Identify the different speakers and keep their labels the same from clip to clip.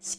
Speaker 1: し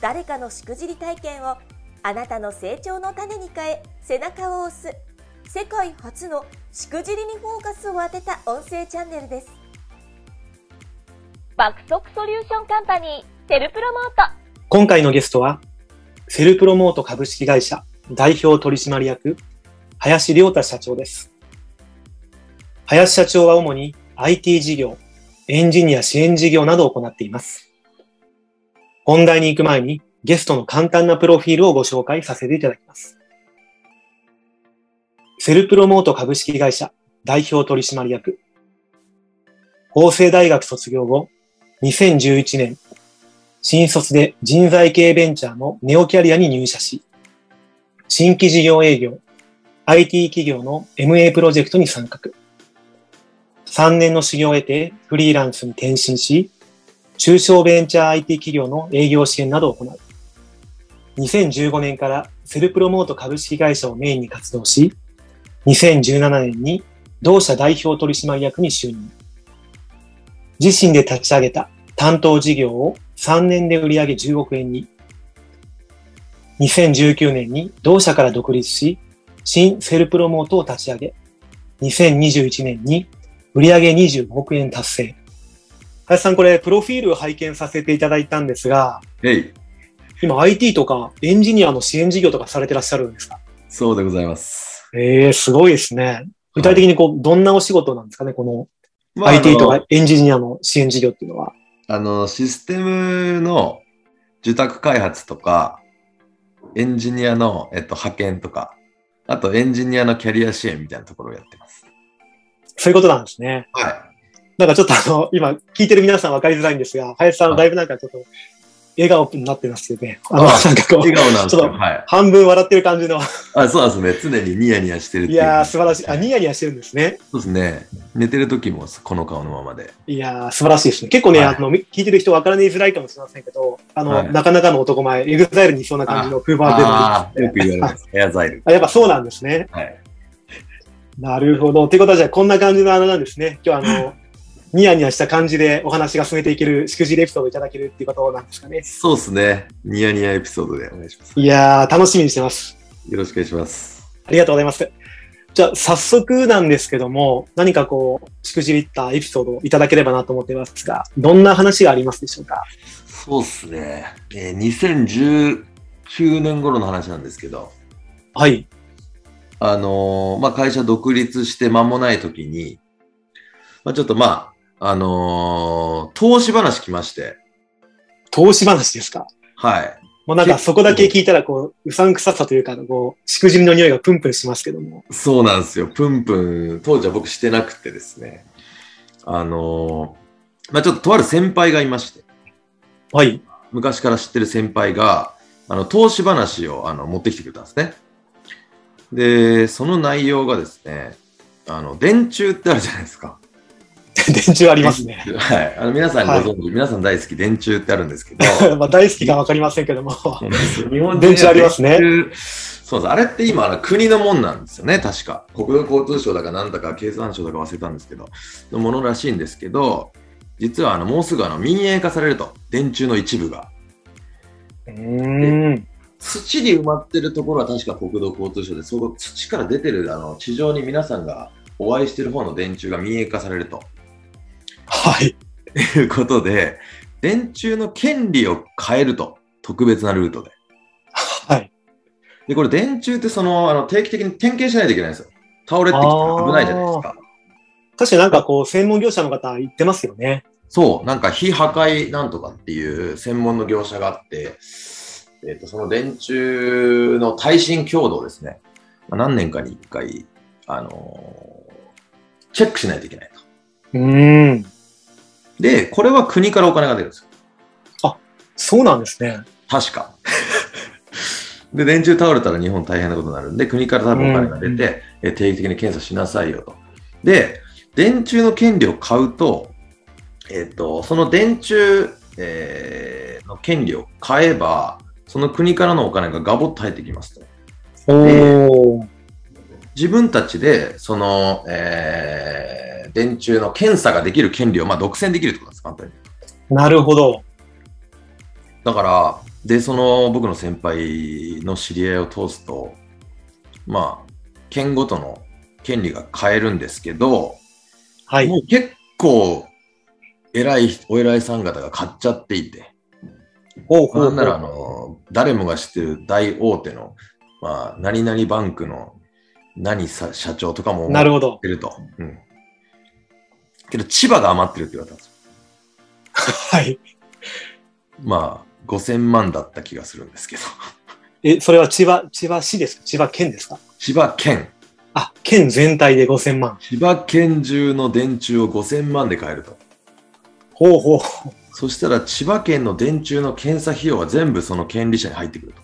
Speaker 1: 誰かのしくじり体験をあなたの成長の種に変え背中を押す世界初のしくじりにフォーカスを当てた音声チャンネルです爆速ソリューションカンパニーテルプロモート
Speaker 2: 今回のゲストは、セルプロモート株式会社代表取締役、林良太社長です。林社長は主に IT 事業、エンジニア支援事業などを行っています。本題に行く前に、ゲストの簡単なプロフィールをご紹介させていただきます。セルプロモート株式会社代表取締役。法政大学卒業後、2011年、新卒で人材系ベンチャーのネオキャリアに入社し、新規事業営業、IT 企業の MA プロジェクトに参画。3年の修行を得てフリーランスに転身し、中小ベンチャー IT 企業の営業支援などを行う。2015年からセルプロモート株式会社をメインに活動し、2017年に同社代表取締役に就任。自身で立ち上げた担当事業を3年で売上10億円に。2019年に同社から独立し、新セルプロモートを立ち上げ、2021年に売上25億円達成。林さん、これ、プロフィールを拝見させていただいたんですが、
Speaker 3: えい、
Speaker 2: 今 IT とかエンジニアの支援事業とかされてらっしゃるんですか
Speaker 3: そうでございます。
Speaker 2: ええすごいですね。具体的にこう、どんなお仕事なんですかね、この
Speaker 3: まあ
Speaker 2: IT とか
Speaker 3: あの
Speaker 2: エンジニアの支援事業っていうのは。
Speaker 3: あの、システムの受託開発とか、エンジニアの、えっと、派遣とか、あとエンジニアのキャリア支援みたいなところをやってます。
Speaker 2: そういうことなんですね。
Speaker 3: はい。
Speaker 2: なんかちょっとあの、今、聞いてる皆さん分かりづらいんですが、林さん、
Speaker 3: はい
Speaker 2: だいぶなんかちょっと、笑顔になってますよね。あの、
Speaker 3: あ
Speaker 2: なんかこう
Speaker 3: 笑、顔なんです
Speaker 2: ちょ
Speaker 3: よ。
Speaker 2: っと
Speaker 3: はい。
Speaker 2: 半分笑ってる感じの。
Speaker 3: あ、そうですね。常にニヤニヤしてるって
Speaker 2: い
Speaker 3: いう。
Speaker 2: やー、素晴らしい。あ、ニ
Speaker 3: ヤ
Speaker 2: ヤニヤしてるんですね。
Speaker 3: そうですね。寝てる時もこの顔のままで。
Speaker 2: いやー、素晴らしいですね。結構ね、
Speaker 3: はい
Speaker 2: あの、聞いてる人分からねづらいかもしれませんけど、あの、
Speaker 3: はい
Speaker 2: なかなかの男前、エグザイルにいそうな感じの風貌が出て
Speaker 3: ああー、
Speaker 2: る
Speaker 3: よく言われます。ヘアザイル。
Speaker 2: あ、やっぱそうなんですね。
Speaker 3: はい。
Speaker 2: なるほど。ってことは、じゃあ、こんな感じのあれなんですね。今日はあ の、ニヤニヤした感じでお話が進めていける、しくじりエピソードをいただけるっていうことなんですかね。
Speaker 3: そうですね。ニヤニヤエピソードでお願いします。
Speaker 2: いやー、楽しみにしてます。
Speaker 3: よろしくお願いします。
Speaker 2: ありがとうございます。じゃあ、早速なんですけども、何かこう、しくじりったエピソードをいただければなと思ってますが、どんな話がありますでしょうか
Speaker 3: そうっすね。えー、2019年頃の話なんですけど、
Speaker 2: はい。
Speaker 3: あのーまあ、会社独立して間もない時に、まあ、ちょっとまあ、あのー投資話来まして、
Speaker 2: 投資話ですか
Speaker 3: はい。
Speaker 2: もうなんかそこだけ聞いたら、こう、うさんくささというか、こう、しくじりの匂いがプンプンしますけども。
Speaker 3: そうなんですよ。プンプン、当時は僕してなくてですね。あのーまあ、ちょっととある先輩がいまして、
Speaker 2: はい。
Speaker 3: 昔から知ってる先輩が、あの、投資話をあの持ってきてくれたんですね。で、その内容がですね、あの、電柱ってあるじゃないですか。
Speaker 2: 電柱ありますね。
Speaker 3: はい。あの、皆さんご存知、皆さん大好き電柱ってあるんで すけど、
Speaker 2: まあ、大好きかわかりませんけども。は
Speaker 3: 日本
Speaker 2: 電柱ありますね
Speaker 3: 電柱そうです。あれって今、あの国のもんなんですよね、確か。国土交通省だかなんだか、経産省だか忘れたんですけど、のものらしいんですけど、実はあのもうすぐあの民営化されると、電柱の一部が。
Speaker 2: うん。
Speaker 3: 土に埋まってるところは確か国土交通省で、そこ土から出てるあの地上に皆さんがお会いしてる方の電柱が民営化されると
Speaker 2: はい。
Speaker 3: いうことで、電柱の権利を変えると、特別なルートで。
Speaker 2: はい。
Speaker 3: で、これ電柱ってその、あの定期的に点検しないといけないんですよ。倒れてきたら危ないじゃないですか。
Speaker 2: 確かになんかこう、専門業者の方言ってますよね。
Speaker 3: そう、なんか非破壊なんとかっていう専門の業者があって、えっ、と、その電柱の耐震強度をですね、まあ何年かに一回、あのーチェックしないといけないと。
Speaker 2: うん。
Speaker 3: で、これは国からお金が出るんですよ。
Speaker 2: そうなんですね。
Speaker 3: 確か。で、電柱倒れたら日本大変なことになるんで、国から多分お金が出て、え定期的に検査しなさいよと。で、電柱の権利を買うと、えっと、その電柱、えーの権利を買えば、その国からのお金がガボッと入ってきますと。
Speaker 2: おー。
Speaker 3: 自分たちで、その、えー電柱の検査ができる権利を、まあ、独占できるってことなんです、簡単に。
Speaker 2: なるほど。
Speaker 3: だから、で、その、僕の先輩の知り合いを通すと、まあ、県ごとの権利が変えるんですけど、
Speaker 2: はい。
Speaker 3: もう結構、偉い、お偉いさん方が買っちゃっていて、
Speaker 2: ほうほうほ
Speaker 3: な
Speaker 2: うん
Speaker 3: なら、あの、誰もが知ってる大大手の、まあ、何々バンクの何さ社長とかも、
Speaker 2: なるほど
Speaker 3: っ。てると。うん。けど、千葉が余ってるって言われたんですよ。
Speaker 2: はい。
Speaker 3: まあ、5000万だった気がするんですけど。
Speaker 2: え、それは千葉、千葉市ですか千葉県ですか
Speaker 3: 千葉県。
Speaker 2: あ、県全体で5000万。
Speaker 3: 千葉県中の電柱を5000万で買えると。
Speaker 2: ほうほうほう。
Speaker 3: そしたら、千葉県の電柱の検査費用は全部その権利者に入ってくると。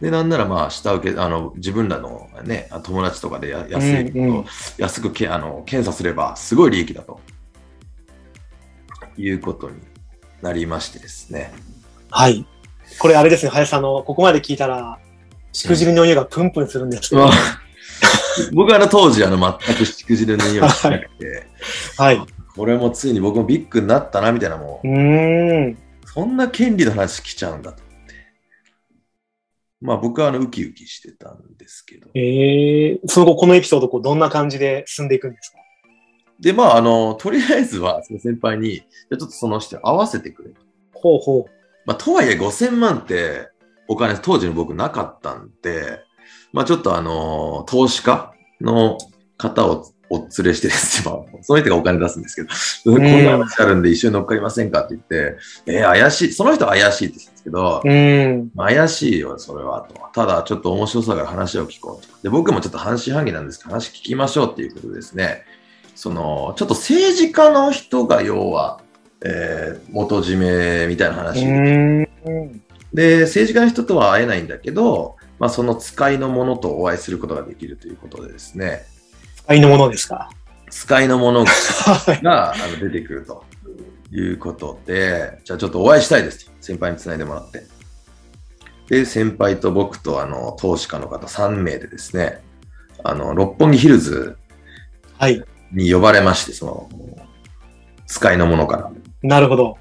Speaker 3: で、なんならまあ、下請け、あの、自分らのね、友達とかでや安い、
Speaker 2: うんうん
Speaker 3: 安くけあの検査すれば、すごい利益だと。いうことになりましてですね。
Speaker 2: はい。これあれですね、林さんあの、ここまで聞いたら、しくじりの家がプンプンするんですけど、
Speaker 3: まあ 僕はあの当時あの全くしくじるの匂いがしなくて、
Speaker 2: はい。う
Speaker 3: これもついに僕もビッグになったなみたいなもう、
Speaker 2: ーん。
Speaker 3: そんな権利の話来ちゃうんだと思って。まあ僕はあのウキウキしてたんですけど。
Speaker 2: ええその後このエピソード、こう、どんな感じで進んでいくんですか
Speaker 3: でまああの、とりあえずはその先輩に、じゃあちょっとその人合わせてくれと。
Speaker 2: ほうほう。
Speaker 3: まあとはいえ5000万ってお金当時の僕なかったんで、まあちょっとあの、投資家の方をお連れしてですね、まあ、その人がお金出すんですけど、こんな話あるんで一緒に乗っかりませんかって言って、えー怪しい、その人は怪しいって言うんですけど、
Speaker 2: うーん。
Speaker 3: まあ怪しいよ、それはと。ただ、ちょっと面白さから話を聞こうと。で、僕もちょっと半信半疑なんですけど、話聞きましょうっていうことでですね。その、ちょっと政治家の人が要は、えー元締めみたいな
Speaker 2: う
Speaker 3: 話。
Speaker 2: ーん。
Speaker 3: で、政治家の人とは会えないんだけど、まあ、その使いのものとお会いすることができるということでですね、
Speaker 2: 使いのものですか
Speaker 3: 使いのものが
Speaker 2: はい。
Speaker 3: があの出てくるということで、じゃあちょっとお会いしたいですと、先輩につないでもらって。で、先輩と僕とあの投資家の方3名でですね、あの六本木ヒルズ
Speaker 2: はい。
Speaker 3: に呼ばれまして、その、使いのものから。
Speaker 2: なるほど。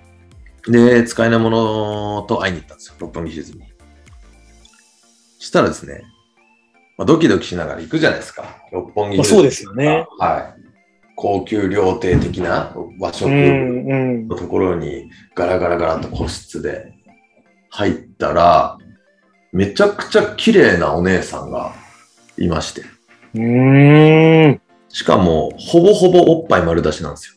Speaker 3: で、使いのものと会いに行ったんですよ、六本木ヒルズに。したらですね、まあ、ドキドキしながら行くじゃないですか、六本木ヒルズ。
Speaker 2: そうですよね。
Speaker 3: はい。高級料亭的な和
Speaker 2: う
Speaker 3: 食。
Speaker 2: ん、うん。
Speaker 3: のところにガラガラガラっと個室で入ったら、めちゃくちゃ綺麗なお姉さんがいまして。
Speaker 2: うーん。
Speaker 3: しかも、ほぼほぼおっぱい丸出しなん ですよ。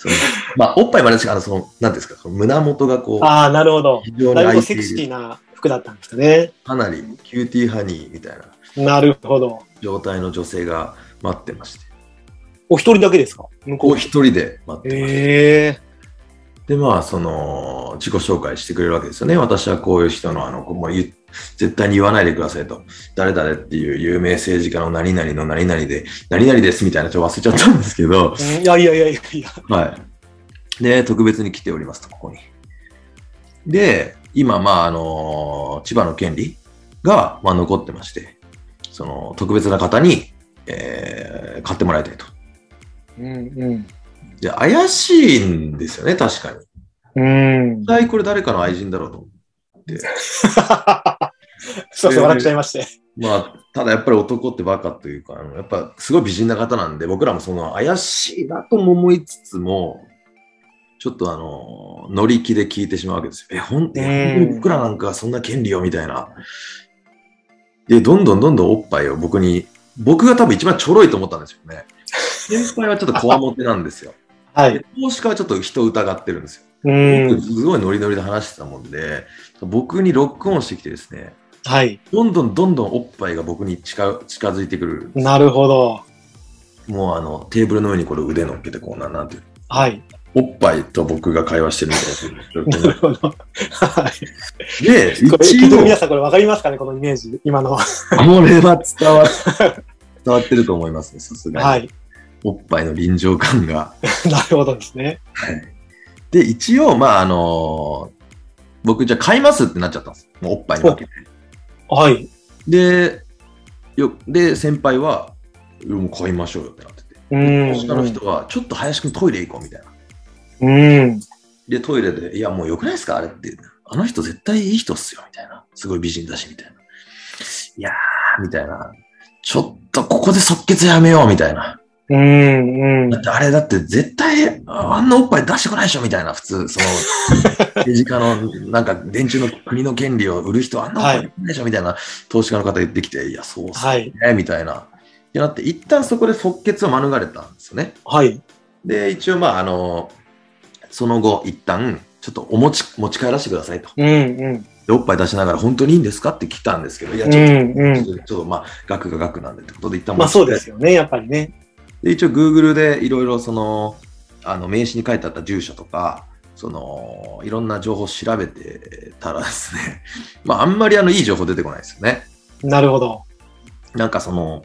Speaker 3: そのまあ、おっぱい丸出しが、あの、その、なんていうんですか、その胸元がこう、
Speaker 2: ああ、なるほど。
Speaker 3: 非常に
Speaker 2: だいぶ
Speaker 3: 開
Speaker 2: こう
Speaker 3: いて
Speaker 2: セクシ
Speaker 3: い
Speaker 2: ー
Speaker 3: る、
Speaker 2: な服だったんですかね。
Speaker 3: かなりキューティーハニーみたいな
Speaker 2: なるほど。
Speaker 3: 状態の女性が待ってまして。
Speaker 2: お一人だけですか向こ
Speaker 3: こ
Speaker 2: う
Speaker 3: う一人で待ってました。
Speaker 2: ええ
Speaker 3: で、まあ、その、自己紹介してくれるわけですよね。私はこういう人の、あの、もう言う絶対に言わないでくださいと。誰々っていう有名政治家の何々の何々で、何々ですみたいな、ちょっと忘れちゃったんですけど、
Speaker 2: いやいやいやいやいや。
Speaker 3: はい。で、特別に来ておりますと、ここに。で、今、まあ、あの、千葉の権利が、まあ、残ってまして、その、特別な方に、えー買ってもらいたいと。
Speaker 2: うん
Speaker 3: で、怪しいんですよね、確かに。
Speaker 2: うん。うん
Speaker 3: 絶。対これ誰かの愛人だろうと
Speaker 2: そうそう、笑っちゃいまして。
Speaker 3: まあ、ただやっぱり男ってバカというか、あのやっぱすごい美人な方なんで、僕らもその怪しいなとも思いつつも、ちょっとあの、乗り気で聞いてしまうわけですよ。え、ほん、
Speaker 2: う
Speaker 3: え
Speaker 2: ん
Speaker 3: 本当に僕らなんかそんな権利よ、みたいな。で、どんどんどんどんおっぱいを僕に、僕が多分一番ちょろいと思ったんですよね。先輩はちょっとこわもてなん ですよ。
Speaker 2: はい
Speaker 3: で。投資家はちょっと人を疑ってるんですよ。
Speaker 2: うん。
Speaker 3: すごいノリノリで話してたもんで、僕にロックオンしてきてですね、
Speaker 2: はい。
Speaker 3: どんどんどんどんおっぱいが僕に近う近づいてくる。
Speaker 2: なるほど。
Speaker 3: もうあの、テーブルの上にこれ腕乗っけてこうな、なんていう。
Speaker 2: はい。
Speaker 3: おっぱいと僕が会話してるみたい
Speaker 2: な
Speaker 3: な
Speaker 2: るほど。はい。
Speaker 3: 状況で。で、
Speaker 2: これ、聞
Speaker 3: 一
Speaker 2: いてる
Speaker 3: 応
Speaker 2: 皆、さんこれ分かりますかねこのイメージ、今の。は
Speaker 3: これは伝わっ伝わってると思いますね、さすがに。
Speaker 2: い。
Speaker 3: おっぱいの臨場感が。
Speaker 2: なるほどですね。
Speaker 3: で、一応、まあ、あのー僕、じゃあ買いますってなっちゃったんです。もうおっぱいに負けて。
Speaker 2: はい。
Speaker 3: で、よで、先輩は、いやもう買いましょうよってなってて。
Speaker 2: うん。
Speaker 3: 下の人は、ちょっと林くんトイレ行こうみたいな。
Speaker 2: うん。
Speaker 3: で、トイレで、いや、もう良くないですかあれって。あの人絶対いい人っすよ、みたいな。すごい美人だし、みたいな。いやー、みたいな。ちょっと、ここで即決やめよう、みたいな。
Speaker 2: うん。うん
Speaker 3: だ。って、あれだって絶対、ああんなおっぱい出してこないでしょ、みたいな。普 通、その、政治家の、なんか、電柱の国の権利を売る人、あんなおっぱい出してこないでしょ、みたいな、投資家の方言ってきて、いや、そうっす
Speaker 2: はい。
Speaker 3: ね、みたいな。ってなって、一旦そこで即決を免れたんですよね。
Speaker 2: はい。
Speaker 3: で、一応、まあ、あの、その後、一旦、ちょっとお持ち、持ち帰らせてくださいと。
Speaker 2: うん。うん。
Speaker 3: で、おっぱい出しながら、本当にいいんですかって来たんですけど、いや、
Speaker 2: う
Speaker 3: ちょっ
Speaker 2: ん。
Speaker 3: と、
Speaker 2: うん
Speaker 3: ち。ょっとちょっとまあ、額が額なんでってことで、一旦
Speaker 2: まあそうで
Speaker 3: 持ち帰
Speaker 2: すよね、やっぱりね。
Speaker 3: って。で、一応、Google でいろいろ、その、あの、名刺に書いてあった住所とか、その、いろんな情報を調べてたらですね、 まあ、あんまり、あの、いい情報出てこないですよね。
Speaker 2: なるほど。
Speaker 3: なんかその、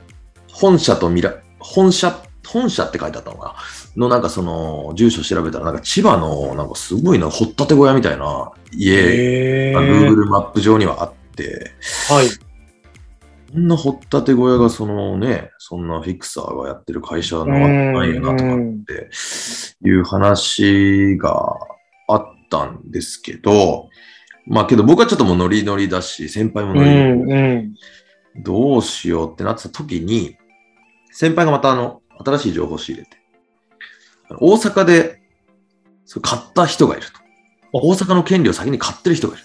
Speaker 3: 本社とみら、本社、本社って書いてあったのかなのなんかその、住所調べたら、なんか千葉の、なんかすごいな、掘ったて小屋みたいな家
Speaker 2: へ
Speaker 3: が Google マップ上にはあって、
Speaker 2: はい。
Speaker 3: こんな掘ったて小屋がそのね、そんなフィクサーがやってる会社なわけないよなとかっていう話があったんですけど、まあけど僕はちょっともうノリノリだし、先輩も
Speaker 2: う
Speaker 3: ノリノリだし
Speaker 2: ん。うん。
Speaker 3: どうしようってなってた時に、先輩がまたあの、新しい情報を仕入れて、あの大阪で、それ買った人がいると。大阪の権利を先に買ってる人がいる。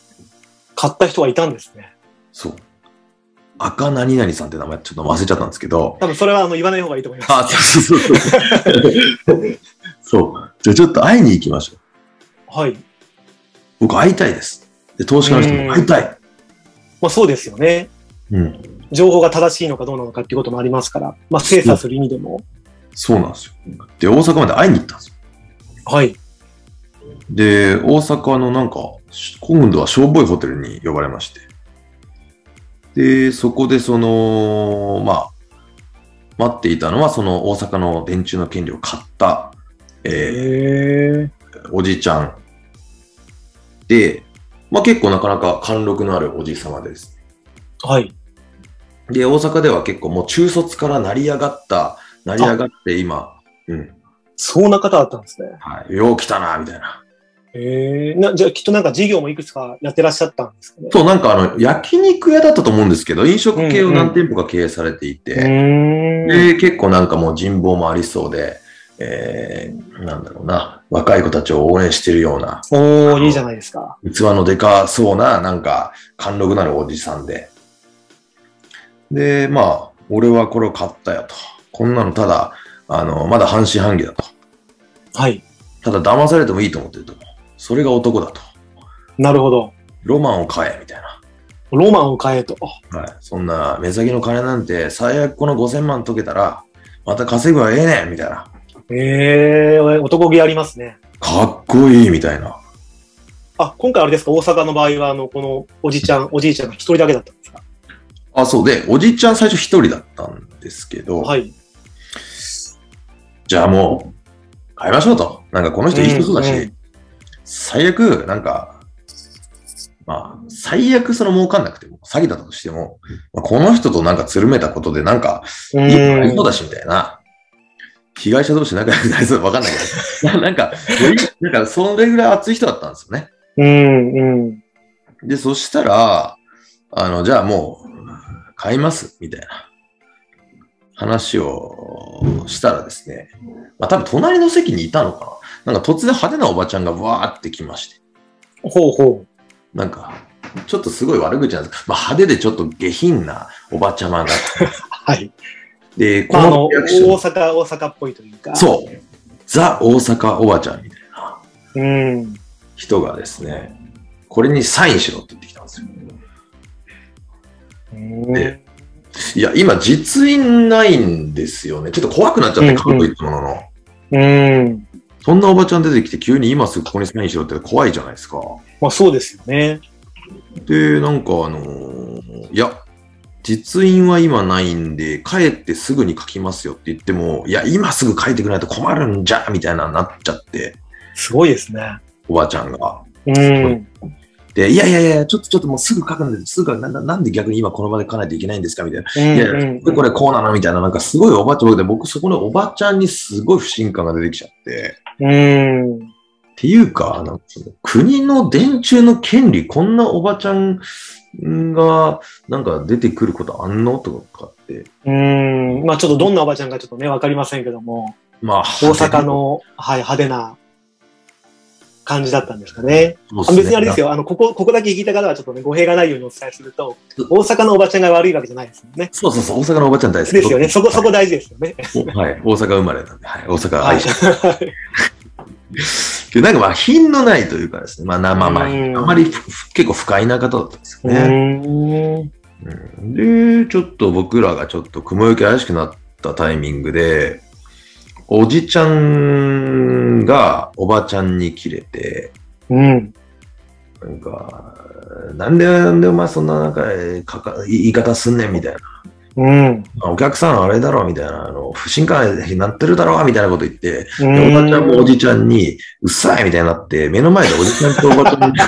Speaker 2: 買った人がいたんですね。
Speaker 3: そう。赤何々さんって名前ちょっと忘れちゃったんですけど、
Speaker 2: 多分それはあの言わない方がいいと思います。
Speaker 3: あ、そうそうそうそう。そう。じゃあちょっと会いに行きましょう。
Speaker 2: はい。
Speaker 3: 僕会いたいです。で、投資家の人も会いたい。
Speaker 2: まあそうですよね。
Speaker 3: うん。
Speaker 2: 情報が正しいのかどうなのかっていうこともありますから、まあ精査する意味でも。
Speaker 3: そうなんですよ。で、大阪まで会いに行ったんですよ
Speaker 2: はい。
Speaker 3: で、大阪のなんか、し今度はしょぼいホテルに呼ばれまして。で、そこでその、まあ、待っていたのは、その大阪の電柱の権利を買った、え
Speaker 2: へえ。
Speaker 3: ーおじちゃん。で、まあ結構なかなか貫禄のあるおじい様です。
Speaker 2: はい。
Speaker 3: で、大阪では結構もう中卒から成り上がった、成り上がって今、うん、
Speaker 2: そんな方だったんですね。
Speaker 3: はい、よう来たな、みたいな。
Speaker 2: へえ。な、じゃあきっとなんか事業もいくつかやってらっしゃったんですかね。
Speaker 3: そう、なんかあの、焼肉屋だったと思うんですけど、飲食系を何店舗か経営されていて、
Speaker 2: うーん。
Speaker 3: で、結構なんかもう人望もありそうで、えー、なんだろうな、若い子たちを応援してるような、
Speaker 2: おー、いいじゃないですか。
Speaker 3: 器のでかそうな、なんか、貫禄のあるおじさんで。で、まあ、俺はこれを買ったよと。こんなのただ、あの、まだ半信半疑だと。
Speaker 2: はい。
Speaker 3: ただ騙されてもいいと思ってると。それが男だと。
Speaker 2: なるほど。
Speaker 3: ロマンを買え、みたいな。
Speaker 2: ロマンを変えと。
Speaker 3: はい。そんな、目先の金なんて、最悪この5000万解けたら、また稼ぐはええねん、みたいな。
Speaker 2: へえ、男気ありますね。
Speaker 3: かっこいい、みたいな。
Speaker 2: あ、今回あれですか、大阪の場合は、あの、このおじちゃん、おじいちゃんが一人だけだったんですか
Speaker 3: あ、そうで、おじいちゃん最初一人だったんですけど、
Speaker 2: はい。
Speaker 3: じゃあもう、買いましょうと。なんかこの人いい人そうだし、
Speaker 2: うんうん
Speaker 3: 最悪、なんか、まあ、最悪その儲かんなくても、詐欺だったとしても、まあ、この人となんかつるめたことで、なんか、
Speaker 2: う
Speaker 3: いい人い
Speaker 2: ん
Speaker 3: そうだし、みたいな。被害者同士仲良くなりそうわかんない けど、なんか、よりなんか、それぐらい熱い人だったんですよね。
Speaker 2: うん、うん。
Speaker 3: で、そしたら、あの、じゃあもう、買います、みたいな話をしたらですね、まあ多分隣の席にいたのかな。なんか突然派手なおばちゃんがわーって来まして、
Speaker 2: ほうほ
Speaker 3: なんか、ちょっとすごい悪口なんですまあ派手でちょっと下品なおばちゃまが。
Speaker 2: う。はい。
Speaker 3: で、こ
Speaker 2: まあ、あの、
Speaker 3: の
Speaker 2: 大
Speaker 3: リアクション、
Speaker 2: 阪、大阪っぽいというか。
Speaker 3: そう、ザ大阪おばちゃんみたいな
Speaker 2: う。うん。
Speaker 3: 人がですね、これにサインしろって言ってきたんですよ。でいや、今、実印ないんですよね。ちょっと怖くなっちゃっ
Speaker 2: う
Speaker 3: て、
Speaker 2: ん
Speaker 3: 過去言ったものの。
Speaker 2: うん。
Speaker 3: そんなおばちゃん出てきて急に今すぐここにサインしろって怖いじゃないですか。
Speaker 2: まあそうですよね。
Speaker 3: で、なんかあのーいや、実印は今ないんで、帰ってすぐに書きますよって言っても、いや、今すぐ書いてくれないと困るんじゃみたいなのになっちゃって、
Speaker 2: すごいですね。
Speaker 3: おばちゃんが。
Speaker 2: うん。
Speaker 3: で、いやいやいや、ちょっとちょっともうすぐ書くんです、すぐ書くなななんで逆に今この場で書かないといけないんですかみたいな。
Speaker 2: う
Speaker 3: い
Speaker 2: ん
Speaker 3: やいや、これこうなのみたいな、なんかすごいおばちゃんで、僕そこのおばちゃんにすごい不信感が出てきちゃって。
Speaker 2: うん。うん。
Speaker 3: っていうか、なんかその国の電柱の権利、こんなおばちゃんがなんか出てくることあんのとかって、
Speaker 2: うん。まあちょっとどんなおばちゃんかちょっとね、わかりませんけども、
Speaker 3: まあ、
Speaker 2: 大阪の、はい、派手な感じだったんですかね。
Speaker 3: そうっ
Speaker 2: あ
Speaker 3: すね、
Speaker 2: 別にあれですよ。あの、ここ、ここだけ聞いた方はちょっとね、語弊がないようにお伝えすると、大阪のおばちゃんが悪いわけじゃないですよね。
Speaker 3: そうそうそう、大阪のおばちゃん大好き
Speaker 2: ですよね。そこ、そこ大事ですよね。
Speaker 3: はい、大阪生まれなんで、はい、大阪
Speaker 2: は
Speaker 3: 愛
Speaker 2: い。
Speaker 3: して、けどなんかまあ、品のないというかですね、まあ、なまあまあ、あ
Speaker 2: うん
Speaker 3: まりふふ結構不快な方だったんですよね。
Speaker 2: ね。
Speaker 3: うんで、ちょっと僕らがちょっと雲行き怪しくなったタイミングで、おじちゃんがおばちゃんに切れて、
Speaker 2: うん。
Speaker 3: なんか、なんで、なんでお前そんななんかえーかか言い方すんねんみたいな。
Speaker 2: うん。
Speaker 3: お客さんあれだろみたいな。あの不信感になってるだろみたいなこと言って、
Speaker 2: う
Speaker 3: でおばちゃんもお
Speaker 2: ん。
Speaker 3: じちゃんに、うっさいみたいになって、目の前でおじちゃんとおばちゃんに、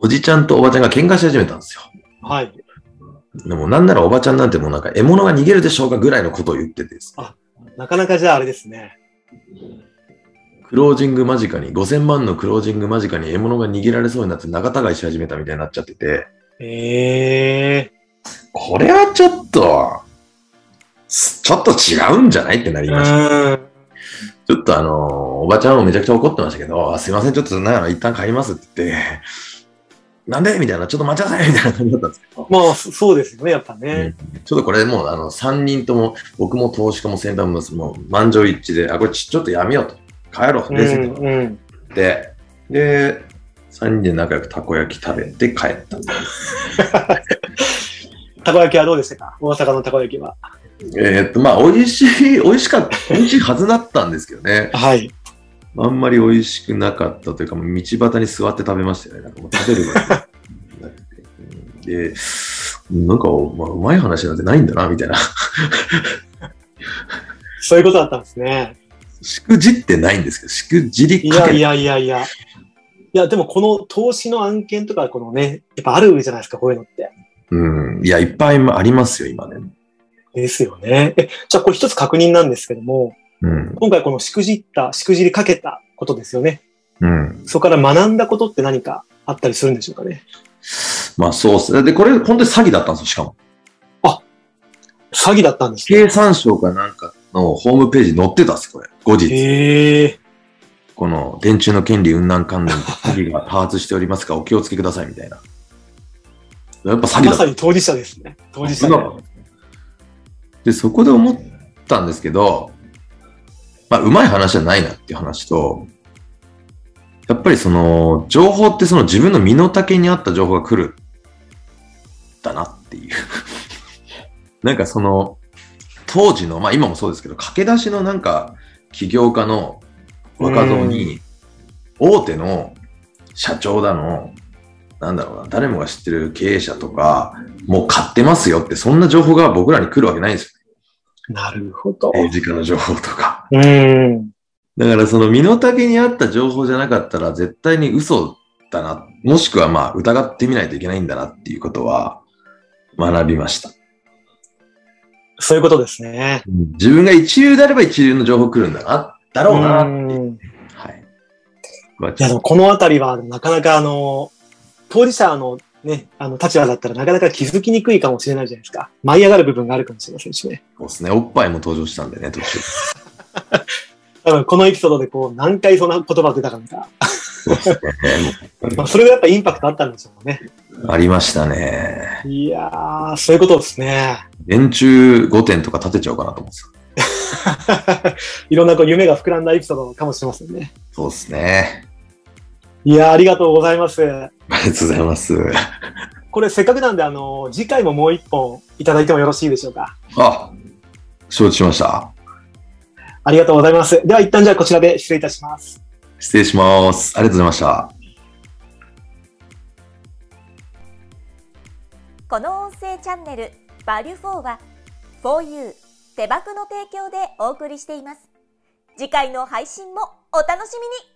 Speaker 3: おじちゃんとおばちゃんが喧嘩し始めたんですよ。
Speaker 2: はい。
Speaker 3: でもなんならおばちゃんなんてもうなんか獲物が逃げるでしょうかぐらいのことを言っててですね
Speaker 2: なかなかじゃああれですね。
Speaker 3: クロージング間近に、5000万のクロージング間近に獲物が逃げられそうになって仲違いし始めたみたいになっちゃってて、
Speaker 2: ええ
Speaker 3: これはちょっと、すちょっと違うんじゃないってなりました。
Speaker 2: うん。
Speaker 3: ちょっとあのー、おばちゃんもめちゃくちゃ怒ってましたけど、あすいません、ちょっとなんか一旦帰りますって言って、なんでみたいな、ちょっと待ちなさいみたいな感じだったんですけど、
Speaker 2: まあ、そそうですよね、やっぱね。
Speaker 3: ちょっとこれもうあの3人とも、僕も投資家もセンターももう満場一致で、あ、これちちょっとやめようと。帰ろう。
Speaker 2: う
Speaker 3: 冷静に
Speaker 2: ん。うん。
Speaker 3: で、で、3人で仲良くたこ焼き食べて帰った。
Speaker 2: たこ焼きはどうでしたか大阪のたこ焼きは。
Speaker 3: えーっと、まあ、美味しい、美味しかった、美味しいはずだったんですけどね。
Speaker 2: はい。
Speaker 3: あんまり美味しくなかったというか、もう道端に座って食べましたよね。なんかもう食べるからで、なんか、まあ、うまい話なんてないんだな、みたいな。
Speaker 2: そういうことだったんですね。
Speaker 3: しくじってないんですけど、しくじり
Speaker 2: い
Speaker 3: か
Speaker 2: や
Speaker 3: け
Speaker 2: いやいやいや。いや、でもこの投資の案件とか、このね、やっぱあるじゃないですか、こういうのって。
Speaker 3: うん。いや、いっぱいありますよ、今ね。
Speaker 2: ですよね。え、じゃあこれ一つ確認なんですけども、
Speaker 3: うん。
Speaker 2: 今回このしくじった、しくじりかけたことですよね。
Speaker 3: うん。
Speaker 2: そこから学んだことって何かあったりするんでしょうかね。
Speaker 3: まあ、そうっすね。で、これ、本当に詐欺だったんですよ、しかも。
Speaker 2: 詐欺だったんですね。
Speaker 3: 経産省かなんかのホームページに載ってたっす、これ。後日。
Speaker 2: へえ。
Speaker 3: この電柱の権利云々関連で詐欺が多発しておりますが、お気をつけください、みたいな。やっぱ詐欺だ
Speaker 2: ま
Speaker 3: っ
Speaker 2: さ
Speaker 3: た。
Speaker 2: に当事者ですね。当事者で。
Speaker 3: で、そこで思ったんですけど、まあ、うまい話じゃないなっていう話と、やっぱりその、情報ってその自分の身の丈に合った情報が来る、だなっていう。 なんかその、当時の、まあ今もそうですけど、駆け出しのなんか、起業家の若造に、大手の社長だの、なんだろうな、誰もが知ってる経営者とか、もう買ってますよって、そんな情報が僕らに来るわけないんです
Speaker 2: なるほど
Speaker 3: よ。。政治家の情報とか。
Speaker 2: うん。
Speaker 3: だからその身の丈に合った情報じゃなかったら絶対に嘘だな、もしくはまあ疑ってみないといけないんだなっていうことは学びました。
Speaker 2: そういうことですね。
Speaker 3: 自分が一流であれば一流の情報来るんだな、だろうな。
Speaker 2: うん
Speaker 3: はい。まあ
Speaker 2: いや、でもこのあたりは、なかなかあの、当事者のね、あの立場だったらなかなか気づきにくいかもしれないじゃないですか。舞い上がる部分があるかもしれませんしね。
Speaker 3: そうですね。おっぱいも登場したんでね、途中。
Speaker 2: 多分このエピソードでこう、何回そんな言葉出たかみたいな。
Speaker 3: そうですね
Speaker 2: まあ、それがやっぱインパクトあったんでしょうね。
Speaker 3: ありましたね。
Speaker 2: いやー、そういうことですね。
Speaker 3: 電柱5点とか立てちゃおうかなと思ってた。
Speaker 2: いろんなこう夢が膨らんだエピソードかもしれませんね。
Speaker 3: そうですね。
Speaker 2: いやー、ありがとうございます。
Speaker 3: ありがとうございます。
Speaker 2: これせっかくなんで、あの、次回ももう一本いただいてもよろしいでしょうか。
Speaker 3: あ、承知しました。
Speaker 2: ありがとうございます。では一旦じゃあこちらで失礼いたします。
Speaker 3: 失礼します。ありがとうございました。
Speaker 1: この音声チャンネル「バリュ4」は「4U」手箱の提供でお送りしています次回の配信もお楽しみに